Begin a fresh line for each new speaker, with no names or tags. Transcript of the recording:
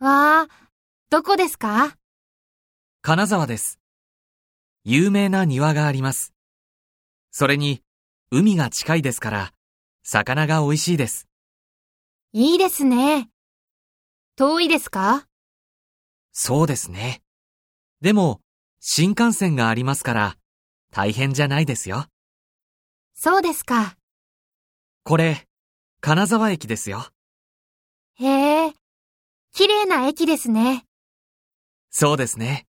わあ、どこですか
金沢です。有名な庭があります。それに、海が近いですから、魚が美味しいです。
いいですね。遠いですか
そうですね。でも、新幹線がありますから、大変じゃないですよ。
そうですか。
これ、金沢駅ですよ。
へえ、綺麗な駅ですね。
そうですね。